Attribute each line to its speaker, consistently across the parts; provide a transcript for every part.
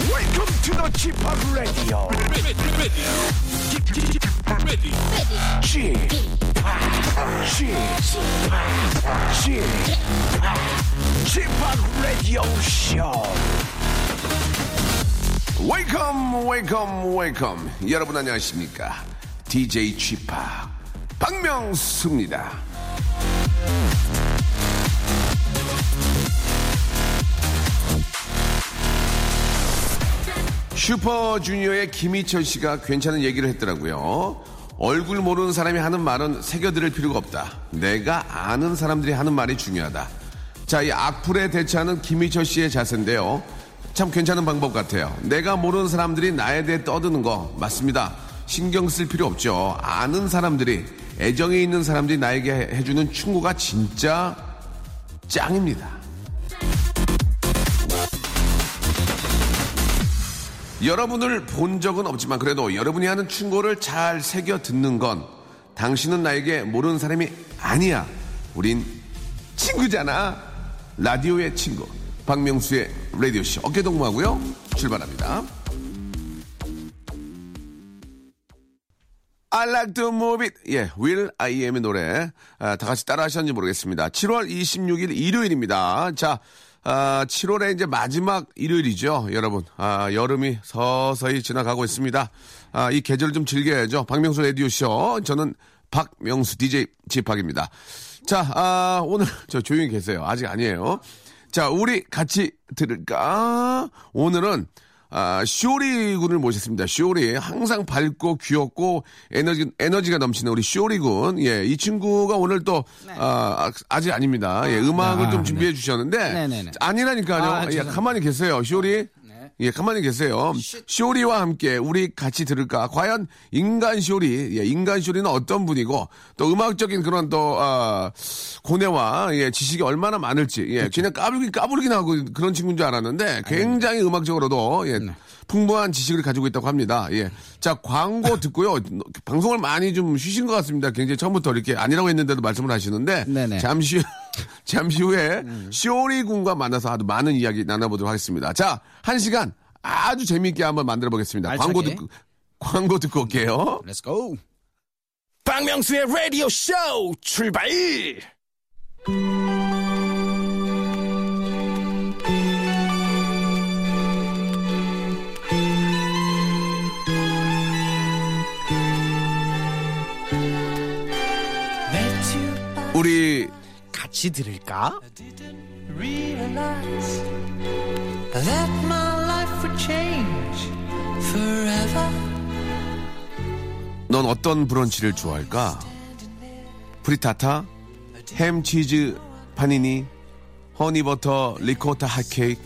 Speaker 1: to the Chip Radio. Chip, Chip, Chip, Chip Radio Show. Welcome, welcome, welcome. 여러분 안녕하십니까? DJ Chip 박명수입니다. 슈퍼주니어의 김희철 씨가 괜찮은 얘기를 했더라고요. 얼굴 모르는 사람이 하는 말은 새겨들을 필요가 없다. 내가 아는 사람들이 하는 말이 중요하다. 자, 이 악플에 대처하는 김희철 씨의 자세인데요. 참 괜찮은 방법 같아요. 내가 모르는 사람들이 나에 대해 떠드는 거 맞습니다. 신경 쓸 필요 없죠. 아는 사람들이 애정이 있는 사람들이 나에게 해- 해주는 충고가 진짜 짱입니다. 여러분을 본 적은 없지만 그래도 여러분이 하는 충고를 잘 새겨 듣는 건 당신은 나에게 모르는 사람이 아니야. 우린 친구잖아. 라디오의 친구. 박명수의 라디오쇼. 어깨동무하고요. 출발합니다. I like to move it. 예, Will I am의 노래. 아, 다 같이 따라 하셨는지 모르겠습니다. 7월 26일 일요일입니다. 자, 아, 7월의 이제 마지막 일요일이죠, 여러분. 아, 여름이 서서히 지나가고 있습니다. 아, 이 계절을 좀 즐겨야죠. 박명수 라디오쇼. 저는 박명수 DJ 집학입니다. 자, 아, 오늘 저 조용히 계세요. 아직 아니에요. 자, 우리 같이 들을까? 오늘은 아, 쇼리 군을 모셨습니다. 쇼리. 항상 밝고 귀엽고 에너지, 에너지가 넘치는 우리 쇼리 군. 예, 이 친구가 오늘 또,
Speaker 2: 네.
Speaker 1: 아, 아직 아닙니다. 예, 음악을
Speaker 2: 아,
Speaker 1: 좀 준비해 주셨는데.
Speaker 2: 네네네.
Speaker 1: 아니라니까요.
Speaker 2: 아,
Speaker 1: 예,
Speaker 2: 죄송합니다. 네.
Speaker 1: 가만히 계세요. 쇼리. 예, 가만히 계세요. 쇼리와 함께 우리 같이 들을까? 과연 인간 쇼리, 예, 인간 쇼리는 어떤 분이고 또 음악적인 그런 또 아, 고뇌와 예, 지식이 얼마나 많을지, 예, 그냥 까불긴 까불긴 하고 그런 친구인 줄 알았는데 굉장히 음악적으로도 예, 풍부한 지식을 가지고 있다고 합니다. 예, 자 광고 듣고요. 방송을 많이 좀 쉬신 것 같습니다. 굉장히 처음부터 이렇게 아니라고 했는데도 말씀을 하시는데
Speaker 2: 네네. 음.
Speaker 1: 잠시 잠시 후에 쇼리 군과 만나서 아주 많은 이야기 나눠보도록 하겠습니다. 자, 한 시간 아주 재미있게 한번 만들어 보겠습니다.
Speaker 2: 알차게.
Speaker 1: 광고 듣고 광고 듣고 올게요.
Speaker 2: Let's go.
Speaker 3: 박명수의 라디오 쇼 출발!
Speaker 1: 우리
Speaker 2: 같이 들을까?
Speaker 4: realize that my life would change forever.
Speaker 1: 넌 어떤 브런치를 좋아할까? 프리타타, 햄 치즈 파니니, 허니버터 리코타 핫케이크.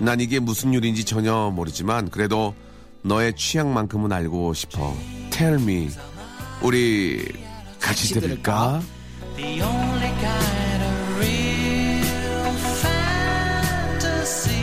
Speaker 1: 난 이게 무슨 요리인지 전혀 모르지만 그래도 너의 취향만큼은 알고 싶어. Tell me, 우리 같이 들을까?
Speaker 4: The only kind of real fantasy.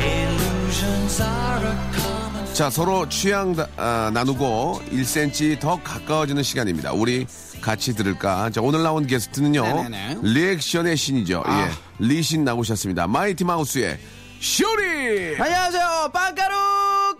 Speaker 4: Illusions are a common
Speaker 1: 자, 서로 취향 다- 아, 나누고 1cm 더 가까워지는 시간입니다. 우리 같이 들을까? 자, 오늘 나온 게스트는요.
Speaker 2: 네네네. 아.
Speaker 1: 리액션의 신이죠. 예. 리신 나오셨습니다. 마이티 마우스의 쇼리!
Speaker 2: 안녕하세요. 빵가루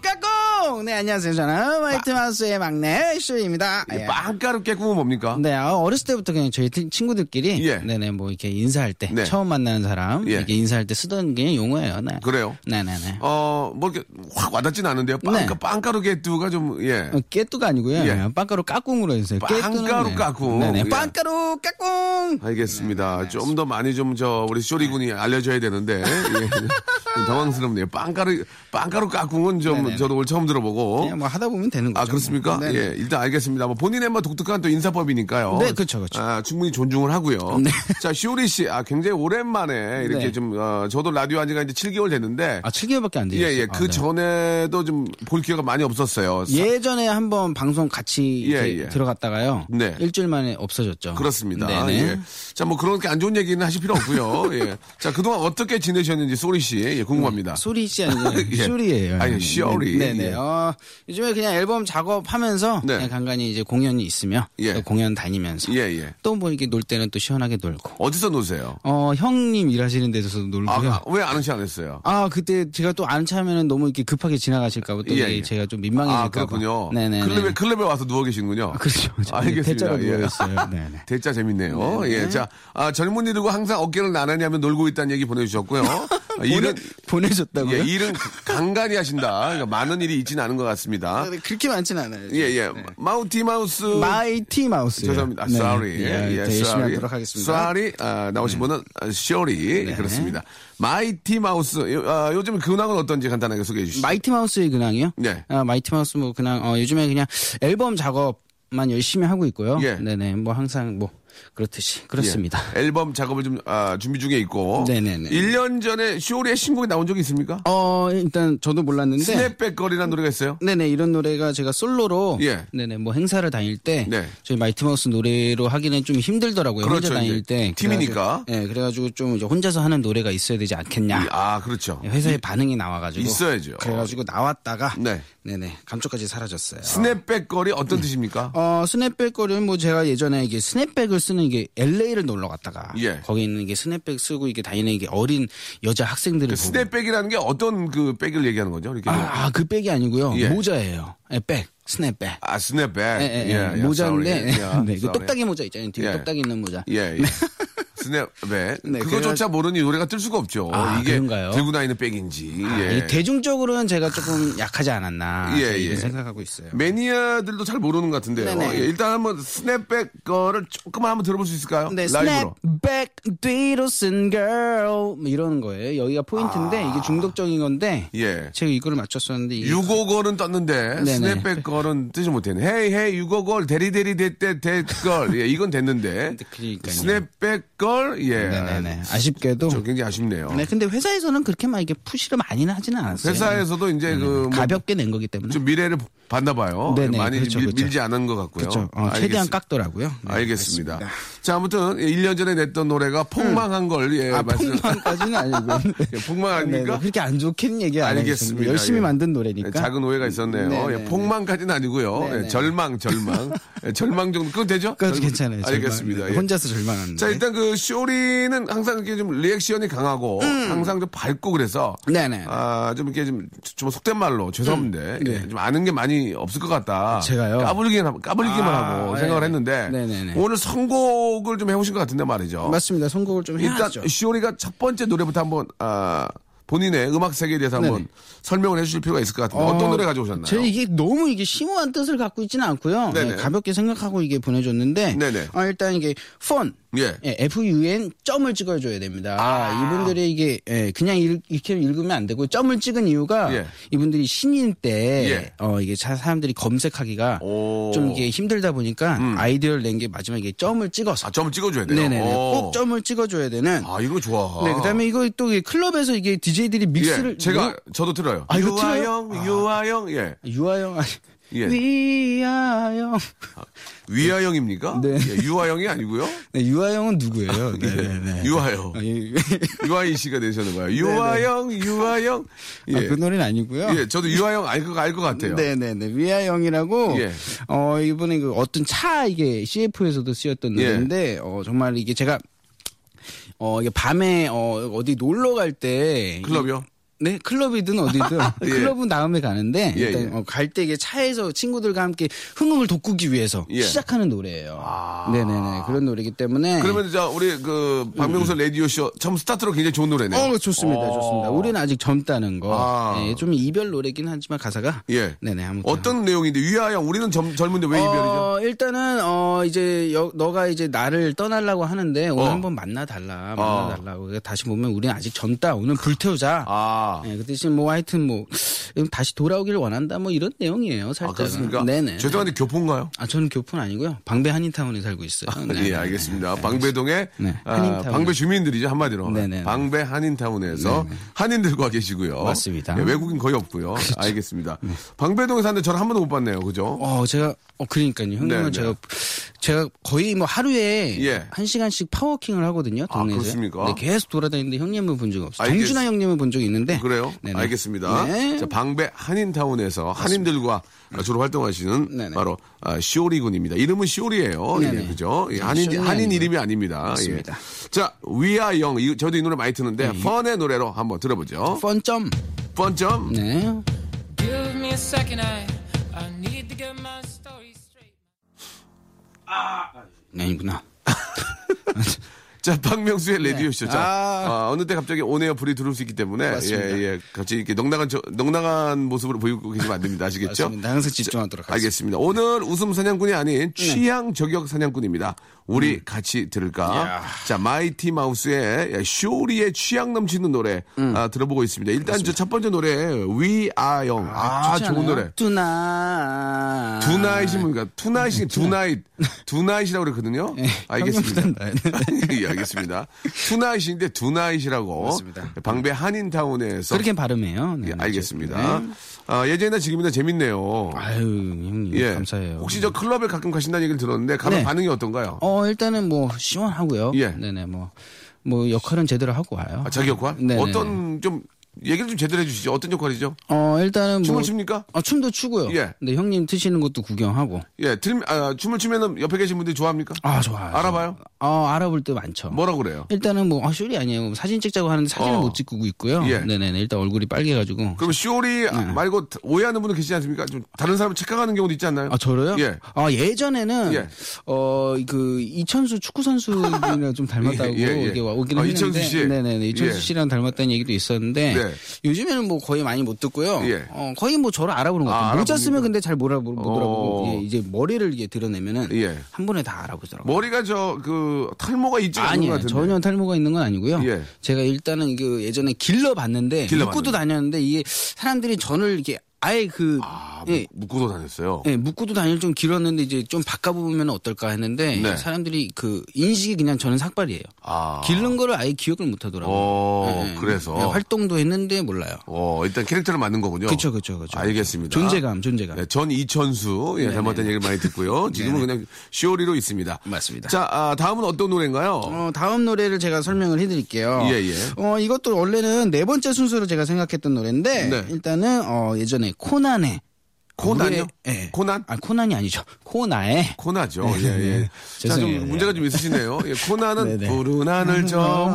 Speaker 2: 까꿍. 네, 안녕하세요. 저는 화이트 마우스의 막내 쇼입니다.
Speaker 1: 이게
Speaker 2: 예.
Speaker 1: 빵가루 깨꾸면 뭡니까?
Speaker 2: 네, 아, 어렸을 때부터 그냥 저희 팀- 친구들끼리
Speaker 1: 예.
Speaker 2: 네네 뭐 이렇게 인사할 때
Speaker 1: 네.
Speaker 2: 처음 만나는 사람
Speaker 1: 예.
Speaker 2: 이렇게 인사할 때 쓰던 그냥 용어예요. 네.
Speaker 1: 그래요?
Speaker 2: 네네네.
Speaker 1: 어, 뭐 이렇게 확 와닿진 않은데요. 빵, 그러니까
Speaker 2: 네.
Speaker 1: 빵가루 깨뚜가 좀, 예.
Speaker 2: 어, 깨뚜가 아니고요.
Speaker 1: 예.
Speaker 2: 그냥 빵가루 까꿍으로 해주세요. 깨뚜는
Speaker 1: 빵가루
Speaker 2: 네.
Speaker 1: 까꿍.
Speaker 2: 네네.
Speaker 1: 예.
Speaker 2: 빵가루 까꿍. 네,
Speaker 1: 알겠습니다. 좀 더 많이 좀 저 우리 쇼리 군이 알려줘야 되는데 예. 좀 당황스럽네요. 빵가루 빵가루 까꿍은 좀
Speaker 2: 네네네.
Speaker 1: 저도 오늘 처음 들어보고
Speaker 2: 그냥 뭐 하다 보면 되는 거죠.
Speaker 1: 아 그렇습니까?
Speaker 2: 네.
Speaker 1: 예, 일단 알겠습니다. 뭐 본인의 뭐 독특한 또 인사법이니까요.
Speaker 2: 네, 그쵸, 그쵸.
Speaker 1: 아, 충분히 존중을 하고요.
Speaker 2: 네.
Speaker 1: 자, 쇼리 씨, 아 굉장히 오랜만에 이렇게
Speaker 2: 네.
Speaker 1: 좀 어, 저도 라디오 한 지가 이제 7개월 됐는데,
Speaker 2: 아, 7개월밖에 안
Speaker 1: 예,
Speaker 2: 돼요.
Speaker 1: 예, 그 전에도 좀 볼 기회가 많이 없었어요. 사-
Speaker 2: 예전에 한번 방송 같이 이렇게
Speaker 1: 예, 예.
Speaker 2: 들어갔다가요.
Speaker 1: 네.
Speaker 2: 일주일 만에 없어졌죠.
Speaker 1: 그렇습니다.
Speaker 2: 네네.
Speaker 1: 예. 자, 뭐 그런 게 안 좋은 얘기는 하실 필요 없고요. 예. 자, 그동안 어떻게 지내셨는지 소리 씨, 예, 궁금합니다.
Speaker 2: 소리 씨 아니고
Speaker 1: 예.
Speaker 2: 쇼리예요.
Speaker 1: 아니, 쇼리.
Speaker 2: 네네.
Speaker 1: 예.
Speaker 2: 어, 어, 요즘에 그냥 앨범 작업하면서
Speaker 1: 네.
Speaker 2: 그냥 간간히 이제 공연이 있으면
Speaker 1: 예.
Speaker 2: 또 공연 다니면서
Speaker 1: 예, 예.
Speaker 2: 또 뭐 이렇게 놀 때는 또 시원하게 놀고
Speaker 1: 어디서 노세요?
Speaker 2: 어 형님 일하시는 데서
Speaker 1: 아,
Speaker 2: 놀고요. 아,
Speaker 1: 왜 아는 척안 했어요?
Speaker 2: 그때 제가 또 안 차면은 너무 이렇게 급하게 지나가실까봐 또
Speaker 1: 예,
Speaker 2: 이게
Speaker 1: 예.
Speaker 2: 제가
Speaker 1: 아,
Speaker 2: 좀 민망해질까봐.
Speaker 1: 그렇군요.
Speaker 2: 네네.
Speaker 1: 클럽에, 클럽에 와서 누워 계신군요.
Speaker 2: 아, 그렇죠.
Speaker 1: 알겠습니다.
Speaker 2: 대자로
Speaker 1: 예.
Speaker 2: 누워 있어요. 네네.
Speaker 1: 대짜 재밌네요. 예. 자, 아, 젊은이들과 항상 어깨를 나란히하면 놀고 있다는 얘기 보내주셨고요. 아, 일은,
Speaker 2: 보내, 줬다고요
Speaker 1: 예, 일은 간간히 하신다. 그러니까 많은 일이 있지는 않은 것 같습니다.
Speaker 2: 아, 그렇게 많진 않아요.
Speaker 1: 예, 예. 마우티 마우스.
Speaker 2: 네. 마이티 마우스.
Speaker 1: 죄송합니다. 아, sorry.
Speaker 2: 예, 더 열심히 하도록 하겠습니다. 네.
Speaker 1: sorry. 아, 나오신 분은 아, 쇼리. 그렇습니다. 마이티 마우스. 요- 아, 요즘 근황은 어떤지 간단하게 소개해 주시죠.
Speaker 2: 마이티 마우스의 근황이요?
Speaker 1: 네.
Speaker 2: 아, 마이티 마우스 뭐 그냥 어, 요즘에 그냥 앨범 작업만 열심히 하고 있고요.
Speaker 1: 예.
Speaker 2: 네네. 뭐 항상 뭐 그렇듯이 그렇습니다.
Speaker 1: 예. 앨범 작업을 좀 아, 준비 중에 있고.
Speaker 2: 네네네.
Speaker 1: 1년 전에 쇼리의 신곡이 나온 적이 있습니까?
Speaker 2: 어 일단 저도 몰랐는데.
Speaker 1: 스냅백 거리라는 노래가 있어요?
Speaker 2: 네네 이런 노래가 제가 솔로로
Speaker 1: 예.
Speaker 2: 네네 뭐 행사를 다닐 때
Speaker 1: 네.
Speaker 2: 저희 마이티마우스 노래로 하기는 좀 힘들더라고요
Speaker 1: 그렇죠,
Speaker 2: 혼자 다닐
Speaker 1: 이제
Speaker 2: 때
Speaker 1: 팀이니까.
Speaker 2: 그래가지고, 네 그래가지고 좀 이제 혼자서 하는 노래가 있어야 되지 않겠냐
Speaker 1: 아, 그렇죠.
Speaker 2: 회사에 반응이 나와가지고
Speaker 1: 있어야죠.
Speaker 2: 그래가지고 나왔다가
Speaker 1: 네.
Speaker 2: 네. 네네 감쪽까지 사라졌어요.
Speaker 1: 스냅백 거리 어떤 뜻입니까?
Speaker 2: 어 스냅백 거리는 뭐 제가 예전에 이게 스냅백을 쓰는 이게 LA를 놀러 갔다가
Speaker 1: 예.
Speaker 2: 거기 있는 게 스냅백 쓰고 이게 다니는 이게 어린 여자 학생들을
Speaker 1: 그
Speaker 2: 보고
Speaker 1: 스냅백이라는 게 어떤 그 백을 얘기하는 거죠? 이렇게.
Speaker 2: 아 그 백이 아니고요
Speaker 1: 예.
Speaker 2: 모자예요. 예, 백 스냅백.
Speaker 1: 아, 스냅백.
Speaker 2: 예, 예, 예.
Speaker 1: 예, 예.
Speaker 2: 모자인데
Speaker 1: Sorry. 예,
Speaker 2: 네, 그
Speaker 1: sorry.
Speaker 2: 똑딱이 모자 있잖아요. 뒤에
Speaker 1: 예.
Speaker 2: 똑딱이 있는 모자.
Speaker 1: 예, 예. 스냅백.
Speaker 2: 네,
Speaker 1: 그거조차 모르니 노래가 뜰 수가 없죠.
Speaker 2: 아,
Speaker 1: 이게
Speaker 2: 그런가요?
Speaker 1: 들고 다니는 백인지.
Speaker 2: 아,
Speaker 1: 예. 아.
Speaker 2: 이 대중적으로는 제가 조금 약하지 않았나
Speaker 1: 예,
Speaker 2: 저는 이런
Speaker 1: 예.
Speaker 2: 생각하고 있어요.
Speaker 1: 매니아들도 잘 모르는 것 같은데요.
Speaker 2: 네네.
Speaker 1: 예, 일단 한번 스냅백 거를 조금만 한번 들어볼 수 있을까요?
Speaker 2: 네,
Speaker 1: 라이브로.
Speaker 2: 스냅백 뒤로 쓴 girl 뭐 이런 거예요. 여기가 포인트인데 이게 중독적인 건데
Speaker 1: 아. 예.
Speaker 2: 제가 이거를 맞췄었는데 이게
Speaker 1: 유고걸은 떴는데
Speaker 2: 예, 그- 네네.
Speaker 1: 스냅백 걸은 뜨지 못했네. 헤이 헤이 유고걸 대리대리 대대 대걸 예 이건 됐는데
Speaker 2: 그러니까요.
Speaker 1: 스냅백 걸예
Speaker 2: 네네네. 아쉽게도
Speaker 1: 저 굉장히 아쉽네요.
Speaker 2: 네, 근데 회사에서는 그렇게 막 이게 푸시를 많이는 하지는 않았어요. 네,
Speaker 1: 회사에서도 이제 그뭐
Speaker 2: 음, 가볍게 낸 거기 때문에
Speaker 1: 좀 미래를 봤나 봐요. 예,
Speaker 2: 네네,
Speaker 1: 많이
Speaker 2: 그렇죠,
Speaker 1: 밀,
Speaker 2: 그렇죠.
Speaker 1: 밀지 않은 것 같고요.
Speaker 2: 그렇죠. 어,
Speaker 1: 알겠습니다.
Speaker 2: 최대한 깎더라고요. 네,
Speaker 1: 알겠습니다. 자, 아무튼 예, 1년 전에 냈던 노래가 폭망한 걸 예,
Speaker 2: 아,
Speaker 1: 말씀
Speaker 2: 폭망까지는 아니고.
Speaker 1: 예, 폭망합니까?
Speaker 2: 네네, 그렇게 안 좋게는 얘기 안
Speaker 1: 알겠습니다.
Speaker 2: 하겠습니다. 열심히
Speaker 1: 예.
Speaker 2: 만든 노래니까.
Speaker 1: 예, 작은 오해가 있었네요.
Speaker 2: 네네.
Speaker 1: 예, 폭망까지는 아니고요. 예,
Speaker 2: 네네.
Speaker 1: 절망, 절망. 예, 절망 정도 그건 되죠?
Speaker 2: 그것도
Speaker 1: 절망.
Speaker 2: 괜찮아요. 절망.
Speaker 1: 알겠습니다. 예.
Speaker 2: 혼자서 네. 절망하는.
Speaker 1: 자, 일단 그 쇼리는 항상 이렇게 좀 리액션이 강하고 항상 좀 밝고 그래서
Speaker 2: 음. 네네. 음.
Speaker 1: 아, 좀 이렇게 좀, 좀 속된 말로 죄송한데 예, 좀 아는 게 많이 없을 것 같다.
Speaker 2: 네. 제가요?
Speaker 1: 까불기만, 하- 까불기만
Speaker 2: 아,
Speaker 1: 하고
Speaker 2: 예.
Speaker 1: 생각을 했는데
Speaker 2: 네네네.
Speaker 1: 오늘 선곡을 좀 해오신 것 같은데 말이죠.
Speaker 2: 맞습니다. 선곡을 좀
Speaker 1: 일단
Speaker 2: 해야죠.
Speaker 1: 쇼리가 첫 번째 노래부터 한번 아, 본인의 음악 세계에 대해서 한번
Speaker 2: 네네.
Speaker 1: 설명을 해주실 필요가 있을 것 같은데 어, 떤 노래 가져오셨나요?
Speaker 2: 제 이게 너무 이게 심오한 뜻을 갖고 있지는 않고요.
Speaker 1: 네네.
Speaker 2: 네, 가볍게 생각하고 이게 보내줬는데
Speaker 1: 네네.
Speaker 2: 어, 일단 이게 폰
Speaker 1: 예. 아.
Speaker 2: FUN 점을 찍어줘야 됩니다. 이분들이 이게 예, 그냥 읽, 이렇게 읽으면 안 되고 점을 찍은 이유가
Speaker 1: 예.
Speaker 2: 이분들이 신인 때
Speaker 1: 예.
Speaker 2: 어, 이게 자- 사람들이 검색하기가
Speaker 1: 오. 음.
Speaker 2: 좀 이게 힘들다 보니까 아이디어를 낸 게 마지막에 점을 찍어서
Speaker 1: 아, 점을 찍어줘야 돼요.
Speaker 2: 네네네
Speaker 1: 오.
Speaker 2: 꼭 점을 찍어줘야 되는
Speaker 1: 아, 이거 좋아.
Speaker 2: 네, 그다음에 이거 또 이게 클럽에서 이게 DJ들이 믹스를
Speaker 1: 예, 제가
Speaker 2: 뭐-
Speaker 1: 저도 들어요.
Speaker 2: 아, 이거
Speaker 1: 유아영, 유아영, 예,
Speaker 2: 유아영 아니 네,
Speaker 1: 예.
Speaker 2: 위아영
Speaker 1: 위아영입니까?
Speaker 2: 네.
Speaker 1: 예, 유아영이 아니고요.
Speaker 2: 네, 유아영은 누구예요? 네, 네, 네.
Speaker 1: 유아영,
Speaker 2: 아, 예.
Speaker 1: 유아인 씨가 되시는 거예요. 유아영, 유아영. 예,
Speaker 2: 아, 그 노래는 아니고요.
Speaker 1: 예, 저도 유아영 알것 알것 같아요.
Speaker 2: 네네네 위아영이라고
Speaker 1: 예.
Speaker 2: 어 이번에 그 어떤 차 이게 CF에서도 쓰였던
Speaker 1: 예.
Speaker 2: 노래인데 어 정말 이게 제가 어 이게 밤에 어 어디 놀러 갈 때
Speaker 1: 클럽이요?
Speaker 2: 네, 클럽이든 어디든 클럽은 다음에 가는데
Speaker 1: 예,
Speaker 2: 일단 어,
Speaker 1: 예.
Speaker 2: 갈 때 이게 차에서 친구들과 함께 흥흥을 돋구기 위해서
Speaker 1: 예. 아.
Speaker 2: 시작하는 노래예요. 네네네 그런 노래이기 때문에
Speaker 1: 그러면 자 우리 그 박명수 라디오 쇼 처음 스타트로 굉장히 좋은 노래네요.
Speaker 2: 어 좋습니다, 좋습니다. 우리는 아직 젊다는 거.
Speaker 1: 아.
Speaker 2: 예, 좀 이별 노래긴 하지만 가사가
Speaker 1: 예.
Speaker 2: 네네 아무튼
Speaker 1: 어떤 내용인데 위아영 우리는 젊, 젊은데 왜 이별이죠?
Speaker 2: 어, 일단은 어 이제 여- 너가 이제 나를 떠나려고 하는데
Speaker 1: 어.
Speaker 2: 오늘 한번 만나 달라 만나 달라고 다시 보면 우리는 아직 젊다 오늘 불태우자.
Speaker 1: 아,
Speaker 2: 예, 그 대신 뭐 하여튼 뭐 다시 돌아오기를 원한다 뭐 이런 내용이에요.
Speaker 1: 아
Speaker 2: 살짝.
Speaker 1: 그렇습니까?
Speaker 2: 네네.
Speaker 1: 죄송한데 교포인가요?
Speaker 2: 아 저는 교포는 아니고요. 방배 한인타운에 살고 있어요. 네.
Speaker 1: 예, 알겠습니다. 방배동의
Speaker 2: 네,
Speaker 1: 아,
Speaker 2: 한인타운.
Speaker 1: 방배 주민들이죠 한마디로
Speaker 2: 네네.
Speaker 1: 방배 한인타운에서 한인들과 계시고요.
Speaker 2: 맞습니다. 그렇죠. 네.
Speaker 1: 예, 외국인 거의 없고요. 알겠습니다. 방배동에 사는데 저를 한 번도 못 봤네요. 그죠?
Speaker 2: 어 제가 어 그러니까요. 형님은
Speaker 1: 네, 네.
Speaker 2: 제가 제가 거의 뭐 하루에
Speaker 1: 예. 아,
Speaker 2: 한 시간씩 파워킹을 하거든요. 동네에서.
Speaker 1: 그렇습니까?
Speaker 2: 네, 계속 돌아다니는데 형님을 본 적 없어요.
Speaker 1: 알겠-
Speaker 2: 정준하 형님을 본 적이 있는데
Speaker 1: 그래요?
Speaker 2: 네네.
Speaker 1: 알겠습니다.
Speaker 2: 네.
Speaker 1: 자, 방배 한인타운에서 한인들과 주로 활동하시는
Speaker 2: 네네.
Speaker 1: 바로 아, 시오리 군입니다. 이름은 시오리예요. 예,
Speaker 2: 네네.
Speaker 1: 그죠? 예,
Speaker 2: 시오리
Speaker 1: 한인 한인
Speaker 2: 아니고요.
Speaker 1: 이름이 아닙니다.
Speaker 2: 맞습니다. 네.
Speaker 1: 예. 자, 위아영 이 저도 이 노래 많이 듣는데 펀의 노래로 한번 들어보죠.
Speaker 2: 펀점.
Speaker 1: 펀점.
Speaker 2: 네.
Speaker 5: Give me a second, I, I need to get my story straight.
Speaker 2: 아니구나.
Speaker 1: 자, 박명수의 레디오 쇼. 자,
Speaker 2: 네. 아. 네,
Speaker 1: 어, 어느 때 갑자기 온에어 불이 들어올 수 있기 때문에 예,
Speaker 2: 맞습니다.
Speaker 1: 예, 같이 이렇게 넉나간 저, 넉나간 모습으로 보이고 계시면 안 됩니다. 아시겠죠?
Speaker 2: 맞습니다. 항상 집중하도록
Speaker 1: 알겠습니다.
Speaker 2: 하겠습니다.
Speaker 1: 오늘 웃음 사냥꾼이 아닌 취향 저격 사냥꾼입니다. 우리
Speaker 2: 음.
Speaker 1: 같이 들을까? 자, 마이티 마우스의 쇼리의 취향 넘치는 노래
Speaker 2: 음.
Speaker 1: 아, 들어보고 있습니다. 일단 저 첫 번째 노래 위아영. 아,
Speaker 2: 좋지
Speaker 1: 좋은
Speaker 2: 않아요?
Speaker 1: 노래.
Speaker 2: 두나.
Speaker 1: 두나잇이 뭔가 투나잇이
Speaker 2: 음.
Speaker 1: 두나잇 두나잇이라고 그랬거든요. 알겠습니다. 예, 알겠습니다. 투나잇인데 두나잇이라고
Speaker 2: 맞습니다.
Speaker 1: 방배 한인타운에서
Speaker 2: 그렇게 발음해요. 네,
Speaker 1: 예,
Speaker 2: 맞아요.
Speaker 1: 알겠습니다.
Speaker 2: 네.
Speaker 1: 아, 예전이나 지금이나 재밌네요.
Speaker 2: 아유 형님
Speaker 1: 예.
Speaker 2: 감사해요.
Speaker 1: 혹시 저 클럽에 가끔 가신다는 얘기를 들었는데 가면
Speaker 2: 네.
Speaker 1: 반응이 어떤가요?
Speaker 2: 어 일단은 뭐 시원하고요.
Speaker 1: 예.
Speaker 2: 네네 뭐. 뭐 역할은 제대로 하고 와요.
Speaker 1: 아, 자기 역할?
Speaker 2: 네네.
Speaker 1: 어떤 좀 얘기를 좀 제대로 해주시죠. 어떤 역할이죠?
Speaker 2: 어 일단은
Speaker 1: 춤을
Speaker 2: 뭐
Speaker 1: 춥니까?
Speaker 2: 어, 춤도 추고요.
Speaker 1: 예.
Speaker 2: 근데 형님 트시는 것도 구경하고.
Speaker 1: 예, 틀, 아, 춤을 추면은 옆에 계신 분들이 좋아합니까?
Speaker 2: 아 좋아요.
Speaker 1: 알아봐요?
Speaker 2: 어 알아볼 때 많죠.
Speaker 1: 뭐라고 그래요?
Speaker 2: 일단은 뭐 아, 쇼리 아니에요. 뭐 사진 찍자고 하는데 사진을
Speaker 1: 어.
Speaker 2: 못 찍고 있고요.
Speaker 1: 예.
Speaker 2: 네네네 일단 얼굴이 빨개가지고.
Speaker 1: 그럼 쇼리
Speaker 2: 네.
Speaker 1: 말고 다- 오해하는 분들 계시지 않습니까? 좀 다른 사람 착각하는 경우도 있지 않나요?
Speaker 2: 아 저로요?
Speaker 1: 예.
Speaker 2: 아 예전에는
Speaker 1: 예.
Speaker 2: 어그 이천수 축구 선수분이랑 좀 닮았다고
Speaker 1: 예, 예, 예.
Speaker 2: 이게 와 오긴
Speaker 1: 아,
Speaker 2: 했는데
Speaker 1: 이천수 씨.
Speaker 2: 네네네 이천수
Speaker 1: 예.
Speaker 2: 씨랑 닮았다는 얘기도 있었는데
Speaker 1: 네.
Speaker 2: 요즘에는 뭐 거의 많이 못 듣고요.
Speaker 1: 예.
Speaker 2: 어 거의 뭐 저를 알아보는 것
Speaker 1: 아,
Speaker 2: 같아요. 모자
Speaker 1: 알아봅니까?
Speaker 2: 쓰면 근데 잘 몰아 못 알아보고
Speaker 1: 어.
Speaker 2: 예, 이제 머리를 이게 드러내면은
Speaker 1: 예.
Speaker 2: 한 번에 다 알아보더라고요.
Speaker 1: 머리가 저 그 탈모가 있지 않은 것
Speaker 2: 아니에요.
Speaker 1: 같은데.
Speaker 2: 전혀 탈모가 있는 건 아니고요.
Speaker 1: 예.
Speaker 2: 제가 일단은 그 예전에 길러봤는데
Speaker 1: 길러봤는데.
Speaker 2: 묶고도 다녔는데 이게 사람들이 저를 이렇게 아예 그
Speaker 1: 아,
Speaker 2: 예,
Speaker 1: 묶고도 다녔어요.
Speaker 2: 예, 묶고도 다닐 좀 길었는데 이제 좀 바꿔보면 어떨까 했는데
Speaker 1: 네.
Speaker 2: 사람들이 그 인식이 그냥 저는 삭발이에요.
Speaker 1: 아.
Speaker 2: 길른 거를 아예 기억을 못 하더라고요.
Speaker 1: 어,
Speaker 2: 예, 예.
Speaker 1: 그래서.
Speaker 2: 예, 활동도 했는데 몰라요.
Speaker 1: 어, 일단 캐릭터를 맞는 거군요.
Speaker 2: 그렇죠, 그렇죠, 그렇죠.
Speaker 1: 알겠습니다.
Speaker 2: 존재감, 존재감.
Speaker 1: 네, 전 이천수
Speaker 2: 네,
Speaker 1: 예, 닮았다는 얘기를 많이 듣고요. 지금은 그냥 쇼리로 있습니다.
Speaker 2: 맞습니다.
Speaker 1: 자, 아, 다음은 어떤 노래인가요?
Speaker 2: 어, 다음 노래를 제가 설명을 해드릴게요.
Speaker 1: 예, 예.
Speaker 2: 어, 이것도 원래는 네 번째 순서로 제가 생각했던 노래인데
Speaker 1: 네.
Speaker 2: 일단은 어, 예전에 코난의
Speaker 1: 코난이요?
Speaker 2: 우리의- 예.
Speaker 1: 코난?
Speaker 2: 아, 코난이 아니죠. 코나의
Speaker 1: 코나죠. 예, 예. 자,
Speaker 2: 네, 죄송해요.
Speaker 1: 좀 문제가 좀 있으시네요. 예, 코나는
Speaker 2: 네네.
Speaker 1: 푸른 하늘 저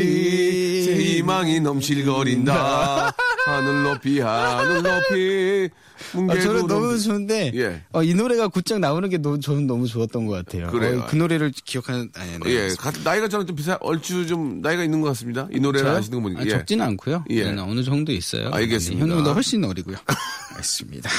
Speaker 1: 멀리 제 희망이
Speaker 2: 음.
Speaker 1: 넘실거린다. 하늘 높이, 하늘 높이.
Speaker 2: 아,
Speaker 1: 뭉게구름.
Speaker 2: 저는 너무 좋은데
Speaker 1: 예.
Speaker 2: 어, 이 노래가 곧장 나오는 게 너무, 저는 너무 좋았던 것 같아요.
Speaker 1: 그래요.
Speaker 2: 어, 그 노래를 기억하는 아니, 네, 아니,
Speaker 1: 예, 같은 나이가 저는 좀 비슷한, 얼추 좀 나이가 있는 것 같습니다. 이 노래를
Speaker 2: 저요?
Speaker 1: 아시는 거 보니까.
Speaker 2: 아,
Speaker 1: 예.
Speaker 2: 적지는 않고요.
Speaker 1: 예.
Speaker 2: 네, 어느 정도 있어요.
Speaker 1: 알겠습니다.
Speaker 2: 네, 형님보다 훨씬 어리고요. 알겠습니다.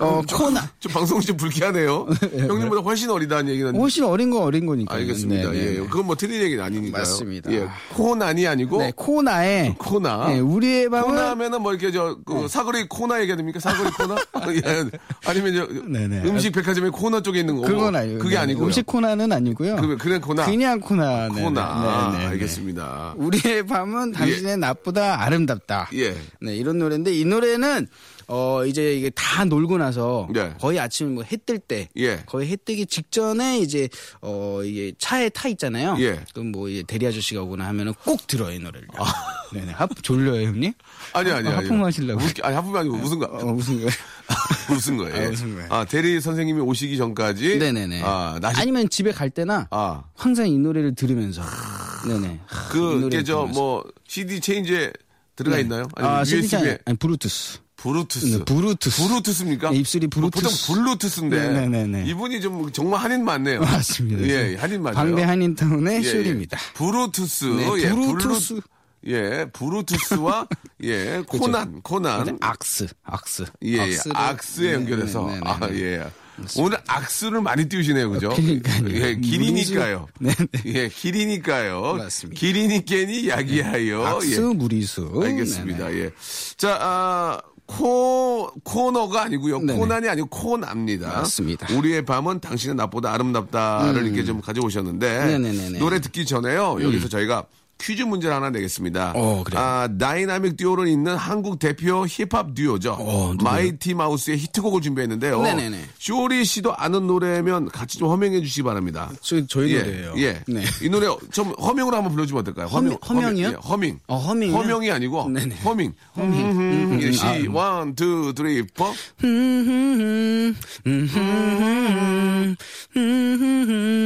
Speaker 2: 어, 코나
Speaker 1: 좀 방송 좀 불쾌하네요. 형님보다 훨씬 어리다는 얘기는.
Speaker 2: 훨씬 어린 건 어린 거니까.
Speaker 1: 알겠습니다.
Speaker 2: 네, 네,
Speaker 1: 예.
Speaker 2: 네.
Speaker 1: 그건 뭐 틀린 얘기는 아니니까요.
Speaker 2: 맞습니다.
Speaker 1: 예. 코난이 아니고
Speaker 2: 네, 코나의
Speaker 1: 어? 코나.
Speaker 2: 네, 우리의
Speaker 1: 코나
Speaker 2: 밤은 네.
Speaker 1: 하면은 뭐 이렇게 저그 사거리 코나 얘기해야 됩니까? 사거리 코나? 예. 아니면 저
Speaker 2: 네네.
Speaker 1: 음식 백화점의 코너 쪽에 있는 거.
Speaker 2: 그건 아니고
Speaker 1: 뭐 그게 아니고.
Speaker 2: 음식 코나는 아니고요.
Speaker 1: 그, 그냥 코나.
Speaker 2: 그냥 코나. 네, 네,
Speaker 1: 코나.
Speaker 2: 네, 네, 네.
Speaker 1: 알겠습니다.
Speaker 2: 우리의 밤은 당신의 나쁘다 아름답다.
Speaker 1: 예.
Speaker 2: 네, 이런 노래인데 이 노래는 어 이제 이게 다 놀고 나서
Speaker 1: 네.
Speaker 2: 거의 아침 뭐 해 뜰 때
Speaker 1: 예.
Speaker 2: 거의 해 뜨기 직전에 이제 어 이게 차에 타 있잖아요.
Speaker 1: 예. 아.
Speaker 2: 그럼 뭐 이제 대리 아저씨가 오거나 하면은 꼭 들어요, 이 노래를. 네네. 하, 졸려요, 형님?
Speaker 1: 아니 아니 아니.
Speaker 2: 아, 하품 하시려고.
Speaker 1: 웃기- 아니 하품이 아니고 무슨 거.
Speaker 2: 어, 무슨 거예요?
Speaker 1: 웃은 거예요.
Speaker 2: 아, 웃은 거예요.
Speaker 1: 아, 대리 선생님이 오시기 전까지
Speaker 2: 네네네.
Speaker 1: 아,
Speaker 2: 아,
Speaker 1: 나시
Speaker 2: 니면 집에 갈 때나
Speaker 1: 아.
Speaker 2: 항상 이 노래를 들으면서 네네. 이
Speaker 1: 그,
Speaker 2: 노래를
Speaker 1: 게 저,
Speaker 2: 들으면서.
Speaker 1: 뭐, CD 체인지에 들어가 있나요? 아니면
Speaker 2: 아,
Speaker 1: USB에?
Speaker 2: CD 가 아니- 아니 브루투스.
Speaker 1: 브루투스.
Speaker 2: 네, 브루투스.
Speaker 1: 브루투스입니까? 뭐
Speaker 2: 네, 입술이 브루투스.
Speaker 1: 보통 블루투스인데.
Speaker 2: 네네네네.
Speaker 1: 이분이 좀 정말 한인 맞네요.
Speaker 2: 맞습니다.
Speaker 1: 예, 한인 맞아요.
Speaker 2: 방배 한인타운의
Speaker 1: 예, 예.
Speaker 2: 쇼리입니다.
Speaker 1: 브루투스.
Speaker 2: 네,
Speaker 1: 예,
Speaker 2: 브루투스.
Speaker 1: 블루- 예, 브루투스와 예, 코난, 코난.
Speaker 2: 네, 악스, 악스. 네,
Speaker 1: 예, 예, 악스에 연결해서. 아, 예. 오늘 악수를 많이 띄우시네요, 그죠?
Speaker 2: 그러니까요.
Speaker 1: 예, 길이니까요.
Speaker 2: 무리수.
Speaker 1: 예, 길이니까요.
Speaker 2: 맞습니다. 네.
Speaker 1: 길이니 깨니 야기하여.
Speaker 2: 악스
Speaker 1: 예.
Speaker 2: 무리수.
Speaker 1: 알겠습니다.
Speaker 2: 음, 네네.
Speaker 1: 예. 자, 아, 코, 코너가 아니고요.
Speaker 2: 네네.
Speaker 1: 코난이 아니고 코납니다.
Speaker 2: 맞습니다. 음.
Speaker 1: 우리의 밤은 당신은 나보다 아름답다를 이렇게 좀 가져오셨는데
Speaker 2: 네네네네. 음.
Speaker 1: 노래 듣기 전에요. 여기서 저희가 퀴즈 문제를 하나 내겠습니다.
Speaker 2: 어, 그래요?
Speaker 1: 아, 다이나믹 듀오로 있는 한국 대표 힙합 듀오죠.
Speaker 2: 어, 누구요?
Speaker 1: 마이티 마우스의 히트곡을 준비했는데요.
Speaker 2: 네네네.
Speaker 1: 쇼리 씨도 아는 노래면 같이 좀 허명해 주시기 바랍니다.
Speaker 2: 저, 저희
Speaker 1: 예,
Speaker 2: 노래예요.
Speaker 1: 예.
Speaker 2: 네.
Speaker 1: 이 노래 좀 허밍으로 한번 불러주면 어떨까요? 허밍,
Speaker 2: 허밍- 허명이요?
Speaker 1: 허밍, 예, 허밍.
Speaker 2: 어, 허밍이요?
Speaker 1: 허명이 아니고
Speaker 2: 네네. 음,
Speaker 1: 허밍. 허밍. 예,
Speaker 2: 아,
Speaker 1: 시, 원, 투, 쓰리, 포.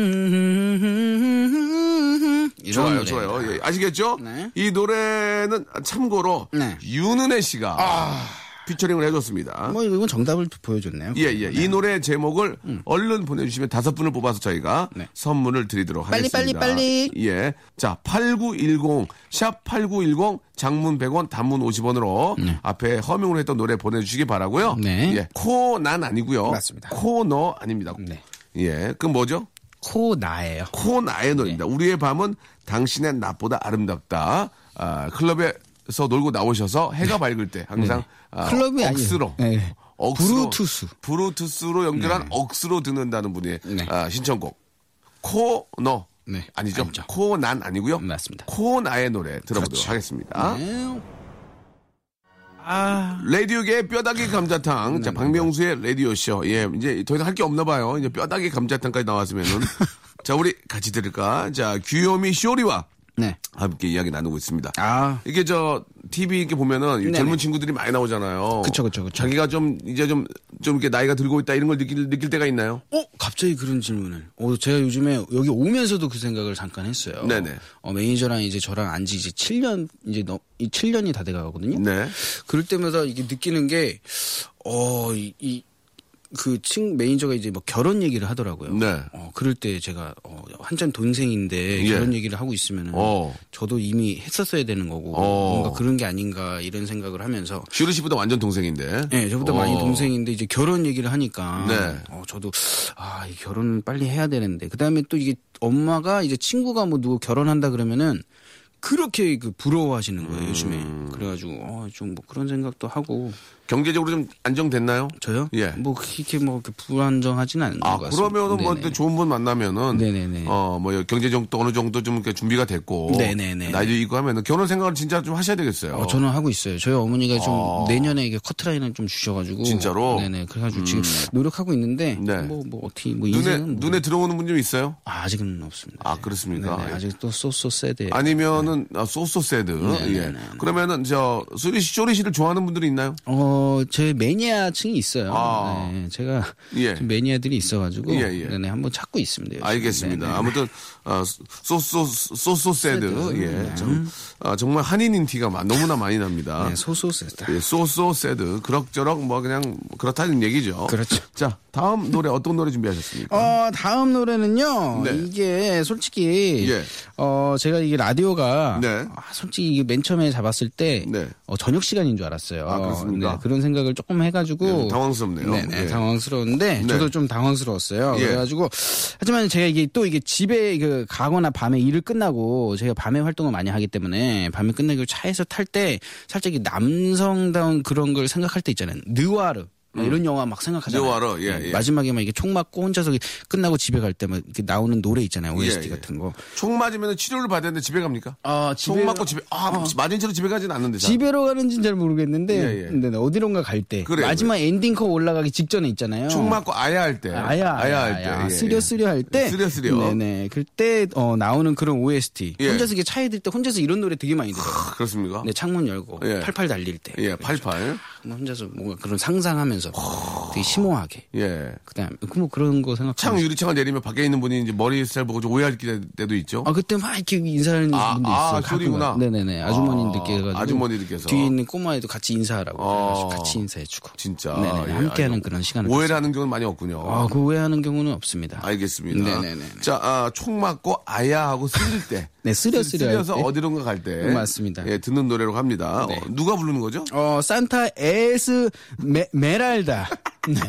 Speaker 2: 이런
Speaker 1: 좋아요,
Speaker 2: 노래입니다.
Speaker 1: 좋아요. 예, 아시겠죠?
Speaker 2: 네.
Speaker 1: 이 노래는 참고로
Speaker 2: 네. 아.
Speaker 1: 윤은혜 씨가 피처링을 해줬습니다.
Speaker 2: 뭐 이건 정답을 보여줬네요. 음.
Speaker 1: 예, 예. 이 노래 제목을 얼른 보내주시면 다섯 분을 뽑아서 저희가
Speaker 2: 네.
Speaker 1: 선물을 드리도록
Speaker 2: 빨리,
Speaker 1: 하겠습니다.
Speaker 2: 빨리, 빨리.
Speaker 1: 예. 자, 8910, 샵8910, 장문 100원, 단문 50원으로 앞에 허밍을 했던 노래 보내주시기 바라고요
Speaker 2: 네.
Speaker 1: 예. 코난 아니고요
Speaker 2: 맞습니다.
Speaker 1: 코너 아닙니다.
Speaker 2: 네.
Speaker 1: 예. 그럼 뭐죠?
Speaker 2: 코나예요.
Speaker 1: 코나의 노래입니다.
Speaker 2: 네.
Speaker 1: 우리의 밤은 당신의 낮보다 아름답다. 아, 클럽에서 놀고 나오셔서 해가 밝을 때 항상 아,
Speaker 2: 네. 클럽이 아니에요.
Speaker 1: 억스로.
Speaker 2: 네.
Speaker 1: 억스로,
Speaker 2: 브루투스.
Speaker 1: 브루투스로 연결한 억스로 듣는다는 분의
Speaker 2: 네.
Speaker 1: 아, 신청곡. 코너.
Speaker 2: 네,
Speaker 1: 아니죠?
Speaker 2: 아니죠.
Speaker 1: 코난 아니고요.
Speaker 2: 음, 맞습니다. 그렇죠.
Speaker 1: 코나의 노래 들어보도록 하겠습니다.
Speaker 2: 네.
Speaker 1: 라디오계의 뼈다귀
Speaker 2: 네,
Speaker 1: 감자탕. 자, 박명수의 라디오쇼. 예, 이제 더 이상 할 게 없나 봐요. 이제 뼈다귀 감자탕까지 나왔으면은. 자, 우리 같이 들을까? 자, 귀요미 쇼리와
Speaker 2: 네.
Speaker 1: 함께 이야기 나누고 있습니다.
Speaker 2: 아.
Speaker 1: 이게 저 TV 이렇게 보면은 이 젊은 친구들이 많이 나오잖아요.
Speaker 2: 그쵸, 그쵸, 그쵸.
Speaker 1: 자기가 좀 이제 좀 좀 이렇게 나이가 들고 있다 이런 걸 느낄 느낄 때가 있나요?
Speaker 2: 어, 갑자기 그런 질문을. 어, 제가 요즘에 여기 오면서도 그 생각을 잠깐 했어요.
Speaker 1: 네네.
Speaker 2: 어, 매니저랑 이제 저랑 안 지 이제 7년, 이제 너, 이 7년이 다 돼가거든요.
Speaker 1: 네.
Speaker 2: 그럴 때마다 이게 느끼는 게, 어, 이, 이- 그 친, 매니저가 이제 뭐 결혼 얘기를 하더라고요.
Speaker 1: 네.
Speaker 2: 어, 그럴 때 제가, 어, 한참 동생인데
Speaker 1: 예.
Speaker 2: 결혼 얘기를 하고 있으면은,
Speaker 1: 어.
Speaker 2: 저도 이미 했었어야 되는 거고,
Speaker 1: 어.
Speaker 2: 뭔가 그런 게 아닌가 이런 생각을 하면서,
Speaker 1: 슈리 씨보다 완전 동생인데.
Speaker 2: 네, 저보다
Speaker 1: 어.
Speaker 2: 많이 동생인데 이제 결혼 얘기를 하니까
Speaker 1: 네.
Speaker 2: 어, 저도 아, 이 결혼 빨리 해야 되는데 그다음에 또 이게 엄마가 이제 친구가 뭐 누구 결혼한다 그러면은 그렇게 그 부러워하시는 거예요,
Speaker 1: 음.
Speaker 2: 요즘에. 그래 가지고 어, 좀 뭐 그런 생각도 하고
Speaker 1: 경제적으로 좀 안정됐나요?
Speaker 2: 저요?
Speaker 1: 예.
Speaker 2: 뭐 그렇게 뭐 이렇게 불안정하진 않은
Speaker 1: 아,
Speaker 2: 것 같습니다.
Speaker 1: 그러면은 뭐
Speaker 2: 네네.
Speaker 1: 좋은 분 만나면은
Speaker 2: 네네네.
Speaker 1: 어, 뭐 경제적도 어느 정도 좀 이렇게 준비가 됐고
Speaker 2: 네네네.
Speaker 1: 나이도 있고 하면은 결혼 생각을 진짜 좀 하셔야 되겠어요.
Speaker 2: 어, 저는 하고 있어요. 저희 어머니가 좀
Speaker 1: 어.
Speaker 2: 내년에 이게 커트라인을 좀 주셔가지고
Speaker 1: 진짜로? 음.
Speaker 2: 네네 그래가지고 지금 노력하고 있는데
Speaker 1: 네.
Speaker 2: 뭐 뭐 어떻게 뭐
Speaker 1: 눈에
Speaker 2: 인생은 뭐-
Speaker 1: 눈에 들어오는 분 좀 있어요?
Speaker 2: 아, 아직은 없습니다.
Speaker 1: 아, 그렇습니까?
Speaker 2: 네네, 아직 또 소소 세대.
Speaker 1: 아니면은 아, 소소 세드.
Speaker 2: 네,
Speaker 1: 예. 그러면은 저 수리 씨, 쇼리 씨를 좋아하는 분들이 있나요?
Speaker 2: 어, 제 매니아층이 있어요.
Speaker 1: 아.
Speaker 2: 네, 제가
Speaker 1: 예.
Speaker 2: 좀 매니아들이 있어가지고
Speaker 1: 예, 예.
Speaker 2: 네네, 한번 찾고 있습니다. 요즘.
Speaker 1: 알겠습니다.
Speaker 2: 네네.
Speaker 1: 아무튼 어, 소소 소소 세드.
Speaker 2: 세드.
Speaker 1: 예. 참, 아, 정말 한인인 티가 마- 너무나 많이 납니다.
Speaker 2: 네, 소소 세대.
Speaker 1: 예, 소소 세드. 그럭저럭 뭐 그냥 그렇다는 얘기죠.
Speaker 2: 그렇죠.
Speaker 1: 자, 다음 노래 어떤 노래 준비하셨습니까?
Speaker 2: 어, 다음 노래는요.
Speaker 1: 네.
Speaker 2: 이게 솔직히
Speaker 1: 예.
Speaker 2: 어, 제가 이게 라디오가
Speaker 1: 네.
Speaker 2: 아, 솔직히 이게 맨 처음에 잡았을 때
Speaker 1: 네.
Speaker 2: 어, 저녁 시간인 줄 알았어요. 네,
Speaker 1: 아, 그렇습니까?
Speaker 2: 그런 생각을 조금 해가지고
Speaker 1: 네, 당황스럽네요.
Speaker 2: 네, 네,
Speaker 1: 예.
Speaker 2: 당황스러운데
Speaker 1: 네.
Speaker 2: 저도 좀 당황스러웠어요.
Speaker 1: 예.
Speaker 2: 그래가지고 하지만 제가 이게 또 이게 집에 그 가거나 밤에 일을 끝나고 제가 밤에 활동을 많이 하기 때문에 밤에 끝나고 차에서 탈 때 살짝 이 남성다운 그런 걸 생각할 때 있잖아요. 느와르 이런 영화 막 생각하잖아요.
Speaker 1: 음. 느와르, 예, 예.
Speaker 2: 마지막에 막 이게 총 맞고 혼자서 끝나고 집에 갈 때 막 이렇게 나오는 노래 있잖아요. OST
Speaker 1: 예.
Speaker 2: 같은 거.
Speaker 1: 총 맞으면 치료를 받았는데 집에 갑니까?
Speaker 2: 아,
Speaker 1: 총 맞고 집에 아 맞은 채로 집에 가진 않는데 잘.
Speaker 2: 어. 집에로 가는지는 잘 모르겠는데
Speaker 1: 예, 예.
Speaker 2: 근데 어디론가 갈 때
Speaker 1: 그래요,
Speaker 2: 마지막 엔딩컷 올라가기 직전에 있잖아요.
Speaker 1: 총 맞고 아야 할 때.
Speaker 2: 아야 아야
Speaker 1: 할 때.
Speaker 2: 아야
Speaker 1: 예, 예.
Speaker 2: 쓰려 쓰려 할 때
Speaker 1: 쓰려, 쓰려.
Speaker 2: 네네 그때 어, 나오는 그런 OST
Speaker 1: 예.
Speaker 2: 혼자서 이게 차에 들 때 혼자서 이런 노래 되게 많이 들어요.
Speaker 1: 아, 그렇습니까?
Speaker 2: 네 창문 열고
Speaker 1: 예.
Speaker 2: 팔팔 달릴 때뭐
Speaker 1: 예, 88.
Speaker 2: 혼자서 뭔가 그런 상상하면서 되게 심오하게
Speaker 1: 예.
Speaker 2: 그다음 뭐 그런 거 생각
Speaker 1: 창 유리창을 내리면 밖에 있는 분이 이제 머리 스타일 보고 좀 오해할 기- 때도 있죠.
Speaker 2: 아 그때 막 이렇게 인사하는
Speaker 1: 아,
Speaker 2: 분도
Speaker 1: 아,
Speaker 2: 있어요.
Speaker 1: 소리구나.
Speaker 2: 가끔은. 네네네 아주머니들께
Speaker 1: 아,
Speaker 2: 해가지고
Speaker 1: 아주머니들께서.
Speaker 2: 뒤에 있는 꼬마애도 같이 인사하라고
Speaker 1: 아.
Speaker 2: 그래가지고 같이 인사해주고
Speaker 1: 진짜.
Speaker 2: 네네
Speaker 1: 예,
Speaker 2: 함께하는
Speaker 1: 아니,
Speaker 2: 그런 시간을
Speaker 1: 오해를 하는 경우는 많이 없군요.
Speaker 2: 가졌어요. 아, 그 오해하는 경우는 없습니다.
Speaker 1: 알겠습니다.
Speaker 2: 네네네.
Speaker 1: 자, 아, 총 맞고 아야 하고 쓰릴 때.
Speaker 2: 네, 쓰려, 쓰려
Speaker 1: 서
Speaker 2: 할 때. 음,
Speaker 1: 어디론가 갈 때.
Speaker 2: 맞습니다. 네.
Speaker 1: 예, 듣는 노래로 갑니다. 어, 누가 부르는 거죠?
Speaker 2: 어 산타 에스 메, 메랄다 네네.